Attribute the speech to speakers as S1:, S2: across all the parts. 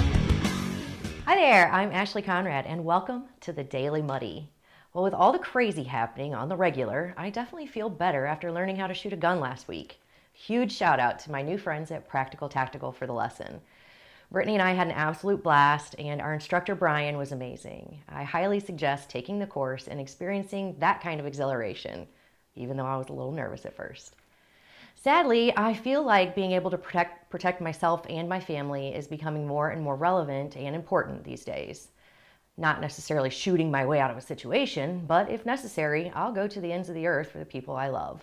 S1: Hi there, I'm Ashley Conrad, and welcome to the Daily Muddy. Well, with all the crazy happening on the regular, I definitely feel better after learning how to shoot a gun last week. Huge shout out to my new friends at Practical Tactical for the lesson. Brittany and I had an absolute blast, and our instructor Brian was amazing. I highly suggest taking the course and experiencing that kind of exhilaration, even though I was a little nervous at first. Sadly, I feel like being able to protect, protect myself and my family is becoming more and more relevant and important these days. Not necessarily shooting my way out of a situation, but if necessary, I'll go to the ends of the earth for the people I love,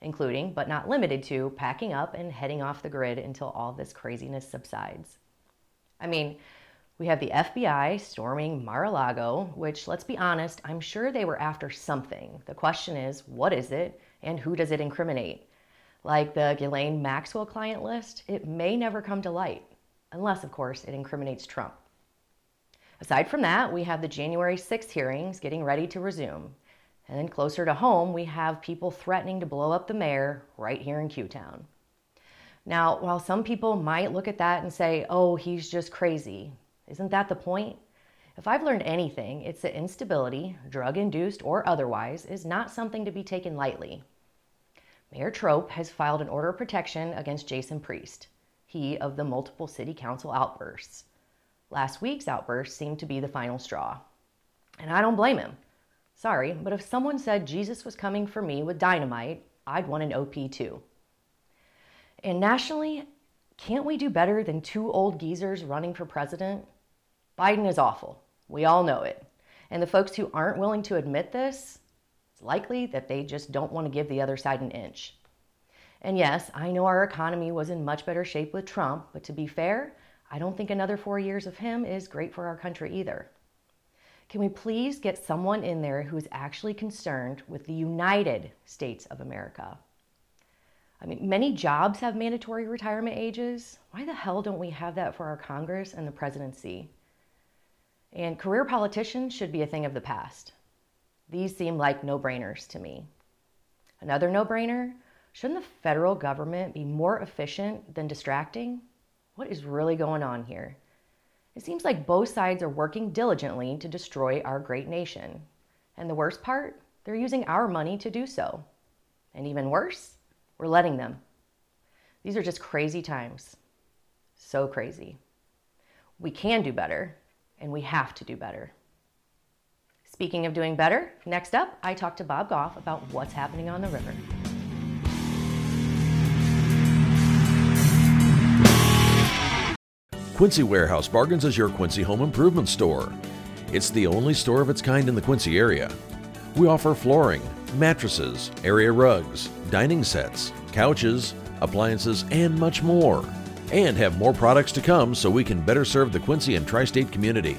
S1: including, but not limited to, packing up and heading off the grid until all this craziness subsides. I mean, we have the FBI storming Mar a Lago, which, let's be honest, I'm sure they were after something. The question is, what is it, and who does it incriminate? like the Ghislaine Maxwell client list, it may never come to light, unless, of course, it incriminates Trump. Aside from that, we have the January 6th hearings getting ready to resume. And then closer to home, we have people threatening to blow up the mayor right here in Q Town. Now, while some people might look at that and say, oh, he's just crazy, isn't that the point? If I've learned anything, it's that instability, drug induced or otherwise, is not something to be taken lightly, Mayor Trope has filed an order of protection against Jason Priest, he of the multiple city council outbursts. Last week's outburst seemed to be the final straw. And I don't blame him. Sorry, but if someone said Jesus was coming for me with dynamite, I'd want an OP too. And nationally, can't we do better than two old geezers running for president? Biden is awful. We all know it. And the folks who aren't willing to admit this, likely that they just don't want to give the other side an inch. And yes, I know our economy was in much better shape with Trump, but to be fair, I don't think another four years of him is great for our country either. Can we please get someone in there who is actually concerned with the United States of America? I mean, many jobs have mandatory retirement ages. Why the hell don't we have that for our Congress and the presidency? And career politicians should be a thing of the past. These seem like no brainers to me. Another no brainer shouldn't the federal government be more efficient than distracting? What is really going on here? It seems like both sides are working diligently to destroy our great nation. And the worst part, they're using our money to do so. And even worse, we're letting them. These are just crazy times. So crazy. We can do better, and we have to do better. Speaking of doing better, next up, I talked to Bob Goff about what's happening on the river.
S2: Quincy Warehouse Bargains is your Quincy home improvement store. It's the only store of its kind in the Quincy area. We offer flooring, mattresses, area rugs, dining sets, couches, appliances, and much more. And have more products to come so we can better serve the Quincy and tri state community.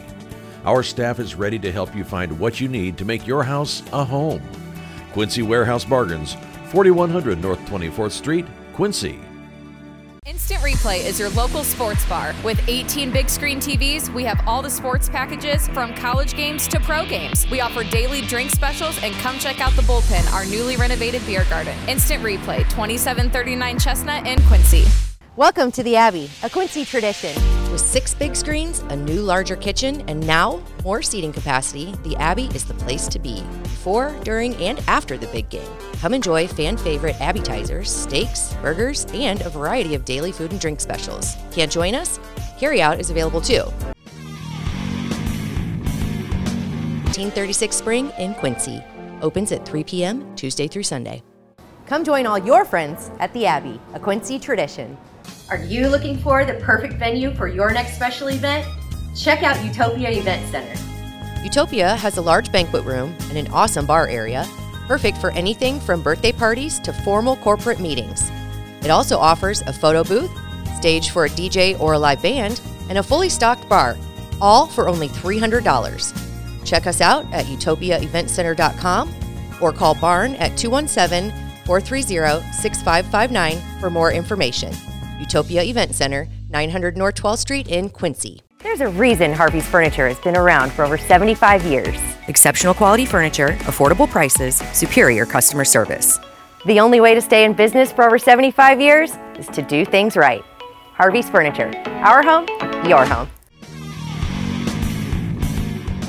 S2: Our staff is ready to help you find what you need to make your house a home. Quincy Warehouse Bargains, 4100 North 24th Street, Quincy.
S3: Instant Replay is your local sports bar. With 18 big screen TVs, we have all the sports packages from college games to pro games. We offer daily drink specials and come check out the bullpen, our newly renovated beer garden. Instant Replay, 2739 Chestnut in Quincy.
S4: Welcome to the Abbey, a Quincy tradition.
S5: With six big screens, a new larger kitchen, and now more seating capacity, the Abbey is the place to be before, during, and after the big game. Come enjoy fan favorite appetizers, steaks, burgers, and a variety of daily food and drink specials. Can't join us? Carryout is available too. 1836 Spring in Quincy. Opens at 3 p.m. Tuesday through Sunday.
S4: Come join all your friends at the Abbey, a Quincy tradition.
S1: Are you looking for the perfect venue for your next special event? Check out Utopia Event Center.
S5: Utopia has a large banquet room and an awesome bar area, perfect for anything from birthday parties to formal corporate meetings. It also offers a photo booth, stage for a DJ or a live band, and a fully stocked bar, all for only $300. Check us out at utopiaeventcenter.com or call Barn at 217 430 6559 for more information. Utopia Event Center, 900 North 12th Street in Quincy.
S4: There's a reason Harvey's Furniture has been around for over 75 years.
S5: Exceptional quality furniture, affordable prices, superior customer service.
S4: The only way to stay in business for over 75 years is to do things right. Harvey's Furniture, our home, your home.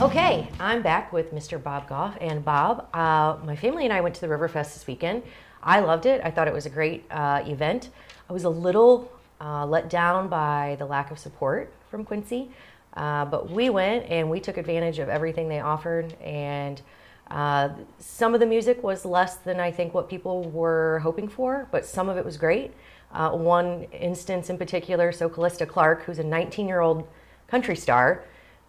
S1: Okay, I'm back with Mr. Bob Goff. And Bob, uh, my family and I went to the Riverfest this weekend. I loved it. I thought it was a great uh, event. I was a little uh, let down by the lack of support from Quincy, uh, but we went and we took advantage of everything they offered. And uh, some of the music was less than I think what people were hoping for, but some of it was great. Uh, one instance in particular, so Callista Clark, who's a 19 year old country star,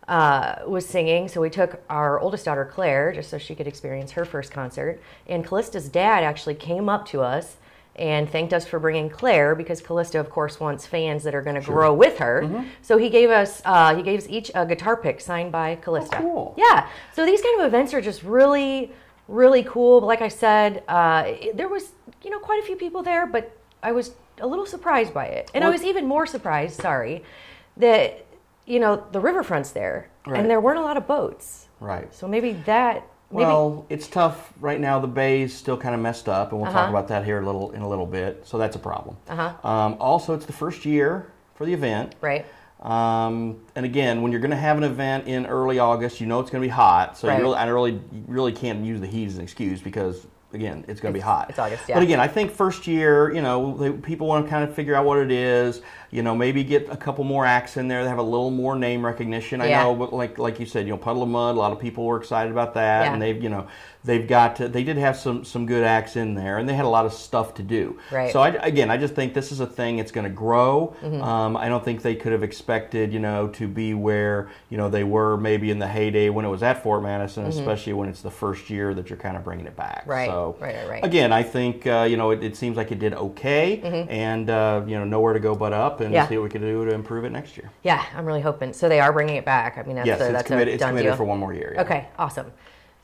S1: uh, was singing. So we took our oldest daughter, Claire, just so she could experience her first concert. And Callista's dad actually came up to us and thanked us for bringing Claire because Callista, of course, wants fans that are going to grow with her. So he gave us uh, he gave us each a guitar pick signed by Callista.
S6: cool.
S1: Yeah. So these kind of events are just really, really cool. But like I said, uh, it- there was you know quite a few people there, but I was a little surprised by it, and I was even more surprised. Sorry, that you know the riverfront's there,
S6: Right.
S1: and there weren't a lot of boats.
S6: Right.
S1: So maybe that. Maybe,
S6: Well, it's tough right now. The bay's still kind of messed up, and we'll
S1: Uh-huh.
S6: talk about that here a little in a little bit. So that's a problem. Uh-huh. Um, also, it's the first year for the event.
S1: right.
S6: Um, and again, when you're going to have an event in early August, you know it's going to be hot. So
S1: Right.
S6: you really, I really, you really can't use the heat as an excuse because again, it's going to be
S1: It's-
S6: hot.
S1: it's August, yeah.
S6: But again, I think first year, you know, they, people want to kind of figure out what it is. You know, maybe get a couple more acts in there that have a little more name recognition. I
S1: Yeah.
S6: know, but like like you said, you know, Puddle of Mud. A lot of people were excited about that,
S1: Yeah.
S6: and they've you know they've got to, they did have some some good acts in there, and they had a lot of stuff to do.
S1: Right. Mm-hmm.
S6: So I, again, I just think this is a thing. It's going to grow. Um, I don't think they could have expected, you know, to be where you know they were maybe in the heyday when it was at Fort Madison, especially when it's the first year that you're kind of bringing it back.
S1: Mm-hmm. Right.
S6: So
S1: Right, right, right.
S6: again, I think uh, you know it, it seems like it did okay, and uh, you know nowhere to go but up, and
S1: Mm-hmm. Yeah.
S6: see what we can do to improve it next year.
S1: Yeah, I'm really hoping. So they are bringing it back. I mean, that's
S6: yes,
S1: a,
S6: it's
S1: that's
S6: committed.
S1: a
S6: It's
S1: done
S6: committed
S1: deal.
S6: for one more year. yeah.
S1: Okay, awesome.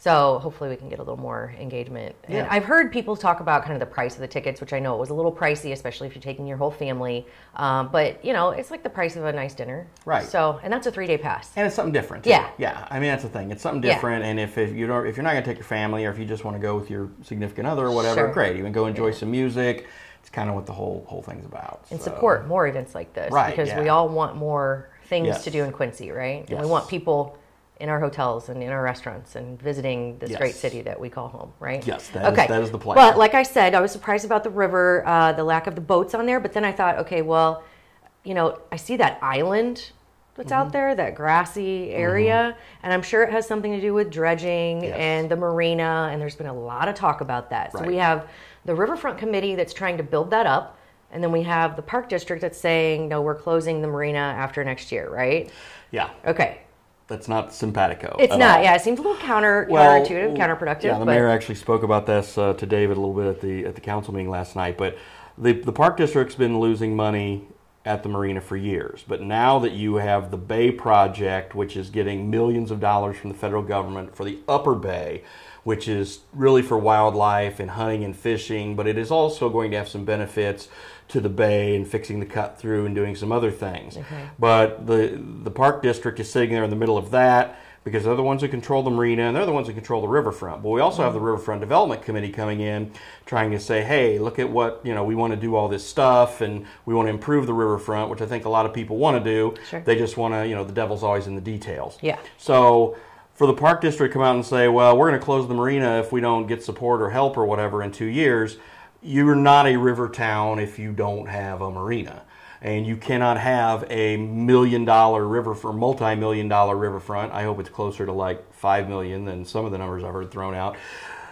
S1: So hopefully we can get a little more engagement. And
S6: Yeah.
S1: I've heard people talk about kind of the price of the tickets, which I know it was a little pricey, especially if you're taking your whole family. Um, but you know, it's like the price of a nice dinner.
S6: Right.
S1: So, and that's a three day pass.
S6: And it's something different. too.
S1: Yeah.
S6: Yeah. I mean, that's the thing. It's something
S1: Yeah.
S6: different. And if, if you don't, if you're not going to take your family, or if you just want to go with your significant other or whatever,
S1: Sure.
S6: great. You can go enjoy some music. It's kind of what the whole whole thing's about.
S1: and
S6: so.
S1: support more events like this
S6: Right,
S1: because we
S6: yeah.
S1: all want more things
S6: Yes.
S1: to do in Quincy, right? And we
S6: Yes.
S1: want people in our hotels and in our restaurants and visiting this great
S6: Yes.
S1: city that we call home, right?
S6: Yes, that is- that is the plan.
S1: But like I said, I was surprised about the river, uh, the lack of the boats on there. But then I thought, okay, well, you know, I see that island that's
S6: Mm-hmm.
S1: out there, that grassy area, and I'm sure it has something to do with dredging
S6: Yes.
S1: and the marina. And there's been a lot of talk about that. So we
S6: Right.
S1: have the riverfront committee that's trying to build that up. And then we have the park district that's saying, no, we're closing the marina after next year, right?
S6: Yeah.
S1: Okay.
S6: That's not simpatico.
S1: It's
S6: at
S1: not,
S6: all.
S1: yeah. It seems a little counter
S6: Well,
S1: counterintuitive, counterproductive.
S6: Yeah, the
S1: but
S6: mayor actually spoke about this uh, to David a little bit at the at the council meeting last night. But the the park district's been losing money at the marina for years. But now that you have the Bay project, which is getting millions of dollars from the federal government for the Upper Bay, which is really for wildlife and hunting and fishing, but it is also going to have some benefits to the bay and fixing the cut through and doing some other things.
S1: Mm-hmm.
S6: But the the park district is sitting there in the middle of that because they're the ones who control the marina and they're the ones who control the riverfront. But we also have the riverfront development committee coming in, trying to say, hey, look at what you know. We want to do all this stuff and we want to improve the riverfront, which I think a lot of people want to do.
S1: Sure.
S6: They just want to, you know, the devil's always in the details.
S1: Yeah.
S6: So. For the park district to come out and say, "Well, we're going to close the marina if we don't get support or help or whatever in two years," you're not a river town if you don't have a marina and you cannot have a million dollar river for multi-million dollar riverfront i hope it's closer to like five million than some of the numbers i've heard thrown out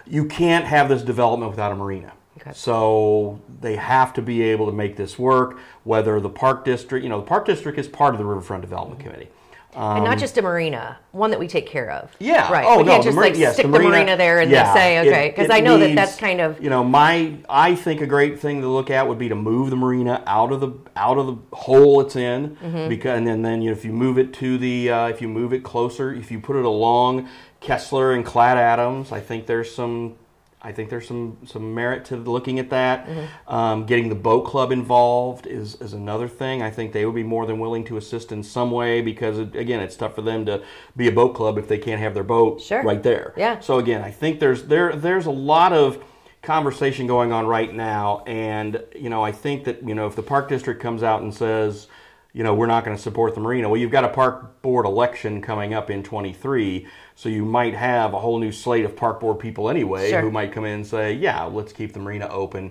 S6: you can't have this development without a marina so they have to be able to make this work whether the park district you know the park district is part of the riverfront development committee
S1: and not just a marina, one that we take care of.
S6: um, yeah.
S1: Right.
S6: Oh
S1: we
S6: no.
S1: can't just
S6: mari-
S1: like
S6: yes,
S1: stick the marina, there and
S6: yeah,
S1: then say,
S6: it-
S1: okay, because
S6: it
S1: I know that that's
S6: needs-
S1: kind of
S6: you know my. I think a great thing to look at would be to move the marina out of the out of the hole it's in
S1: Mm-hmm.
S6: because and then then you know, if you move it to the uh, if you move it closer if you put it along Kessler and Clad Adams I think there's some I think there's some some merit to looking at that.
S1: Mm-hmm.
S6: Um, getting the boat club involved is is another thing. I think they would be more than willing to assist in some way because it, again, it's tough for them to be a boat club if they can't have their boat
S1: Sure.
S6: right there.
S1: Yeah.
S6: So again, I think there's there there's a lot of conversation going on right now, and you know I think that you know if the park district comes out and says you know we're not going to support the marina, well you've got a park board election coming up in 23, so you might have a whole new slate of park board people anyway
S1: Sure.
S6: who might come in and say yeah let's keep the marina open.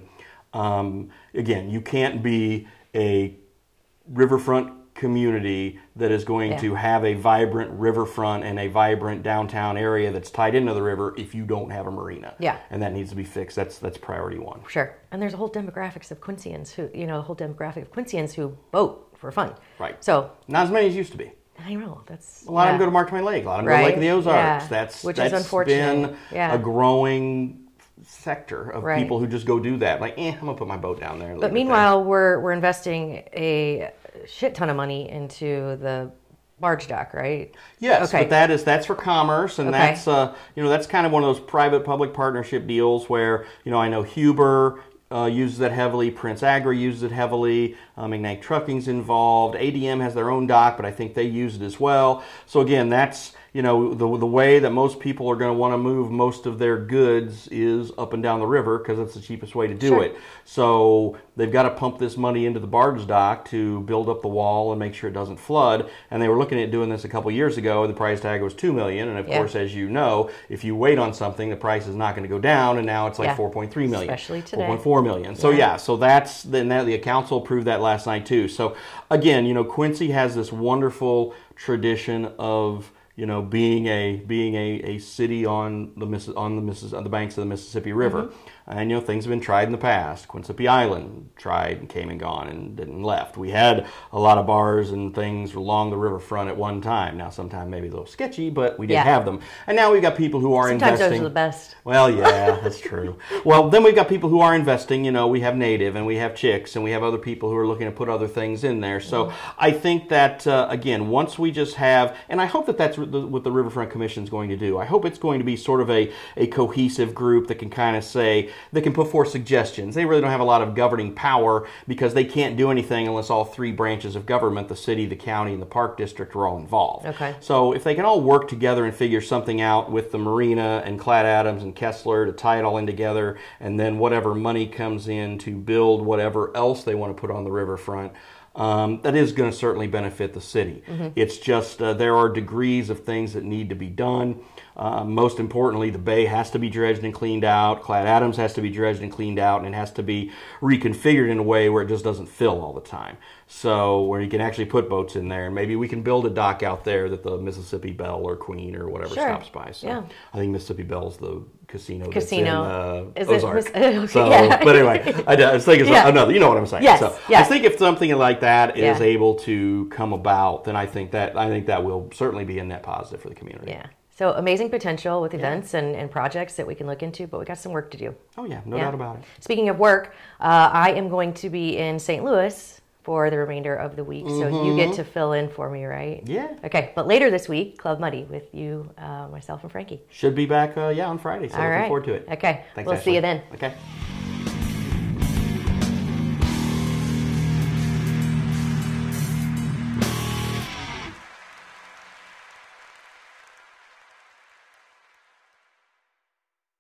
S6: Um, again, you can't be a riverfront community that is going to have a vibrant riverfront and a vibrant downtown area that's tied into the river if you don't have a marina.
S1: Yeah.
S6: And that needs to be fixed. That's that's priority one.
S1: Sure. And there's a whole demographics of Quincyans who, you know, a whole demographic of Quincyans who boat for fun.
S6: Right.
S1: So
S6: Not as many as used to be.
S1: I know that's
S6: A lot
S1: yeah.
S6: of them go to March My Lake. A lot of them go to Lake of the
S1: Right.
S6: Ozarks.
S1: Yeah.
S6: That's
S1: Which is
S6: that's
S1: unfortunate.
S6: been
S1: Yeah.
S6: a growing sector of
S1: Right.
S6: people who just go do that. Like, eh, I'm gonna put my boat down there. and leave
S1: But
S6: it
S1: meanwhile, we're we're investing a shit ton of money into the barge dock, right?
S6: Yes,
S1: Okay.
S6: but that is that's for commerce, and
S1: Okay.
S6: that's uh, you know that's kind of one of those private-public partnership deals where you know I know Huber uh, uses that heavily, Prince Agri uses it heavily, um, Ignite Trucking's involved, ADM has their own dock, but I think they use it as well. So again, that's you know the the way that most people are going to want to move most of their goods is up and down the river because that's the cheapest way to do it. So they've got to pump this money into the barge dock to build up the wall and make sure it doesn't flood. And they were looking at doing this a couple years ago. The price tag was two million, and of
S1: Yeah.
S6: course, as you know, if you wait on something, the price is not going to go down. And now it's like
S1: Yeah.
S6: four point three million,
S1: Especially today.
S6: 4.4 million. So yeah, so that's then that the council approved that last night too. So again, you know, Quincy has this wonderful tradition of you know being a being a, a city on the Missis- on the Missis- on the banks of the Mississippi River,
S1: Mm-hmm.
S6: and you know things have been tried in the past. Quincy Island tried and came and gone and didn't left. We had a lot of bars and things along the riverfront at one time. Now, sometime maybe a little sketchy, but we did
S1: Yeah.
S6: have them. And now we've got people who are
S1: Sometimes
S6: investing.
S1: those are the best.
S6: Well, yeah, that's true. Well, then we've got people who are investing. You know, we have Native and we have Chicks and we have other people who are looking to put other things in there. So I think that, uh, again, once we just have, and I hope that that's what the, what the Riverfront Commission is going to do. I hope it's going to be sort of a, a cohesive group that can kind of say, that can put forth suggestions. They really don't have a lot of governing power because they can't do anything unless all three branches of government the city, the county, and the park district are all involved.
S1: Okay.
S6: So if they can all work together and figure something out with the marina and Clad Adams and Kessler to tie it all in together, and then whatever money comes in to build whatever else they want to put on the riverfront, um, that is going to certainly benefit the city. It's just uh, there are degrees of things that need to be done. Uh, most importantly, the bay has to be dredged and cleaned out. Clad Adams has to be dredged and cleaned out, and it has to be reconfigured in a way where it just doesn't fill all the time. So where you can actually put boats in there, and maybe we can build a dock out there that the Mississippi Belle or Queen or whatever
S1: Sure.
S6: stops by. So
S1: Yeah.
S6: I think Mississippi Belle's the casino.
S1: Casino. Is
S6: That's in, uh,
S1: it
S6: Ozark.
S1: Miss-
S6: so,
S1: Yeah.
S6: but anyway, I, I was thinking
S1: Yeah.
S6: another. You know what I'm saying?
S1: Yes,
S6: So
S1: yes.
S6: I think if something like that is
S1: Yeah.
S6: able to come about, then I think that I think that will certainly be a net positive for the community.
S1: Yeah. So amazing potential with events and, and projects that we can look into, but we got some work to do.
S6: Oh yeah, no
S1: Yeah.
S6: doubt about it.
S1: Speaking of work, uh, I am going to be in St. Louis for the remainder of the week, so you get to fill in for me, right?
S6: Mm-hmm. Yeah.
S1: Okay, but later this week, Club Muddy with you, uh, myself, and Frankie.
S6: Should be back, uh, yeah, on Friday. So
S1: All
S6: looking
S1: right.
S6: forward to it.
S1: Okay.
S6: Thanks,
S1: we'll
S6: Ashley.
S1: see you then.
S6: Okay.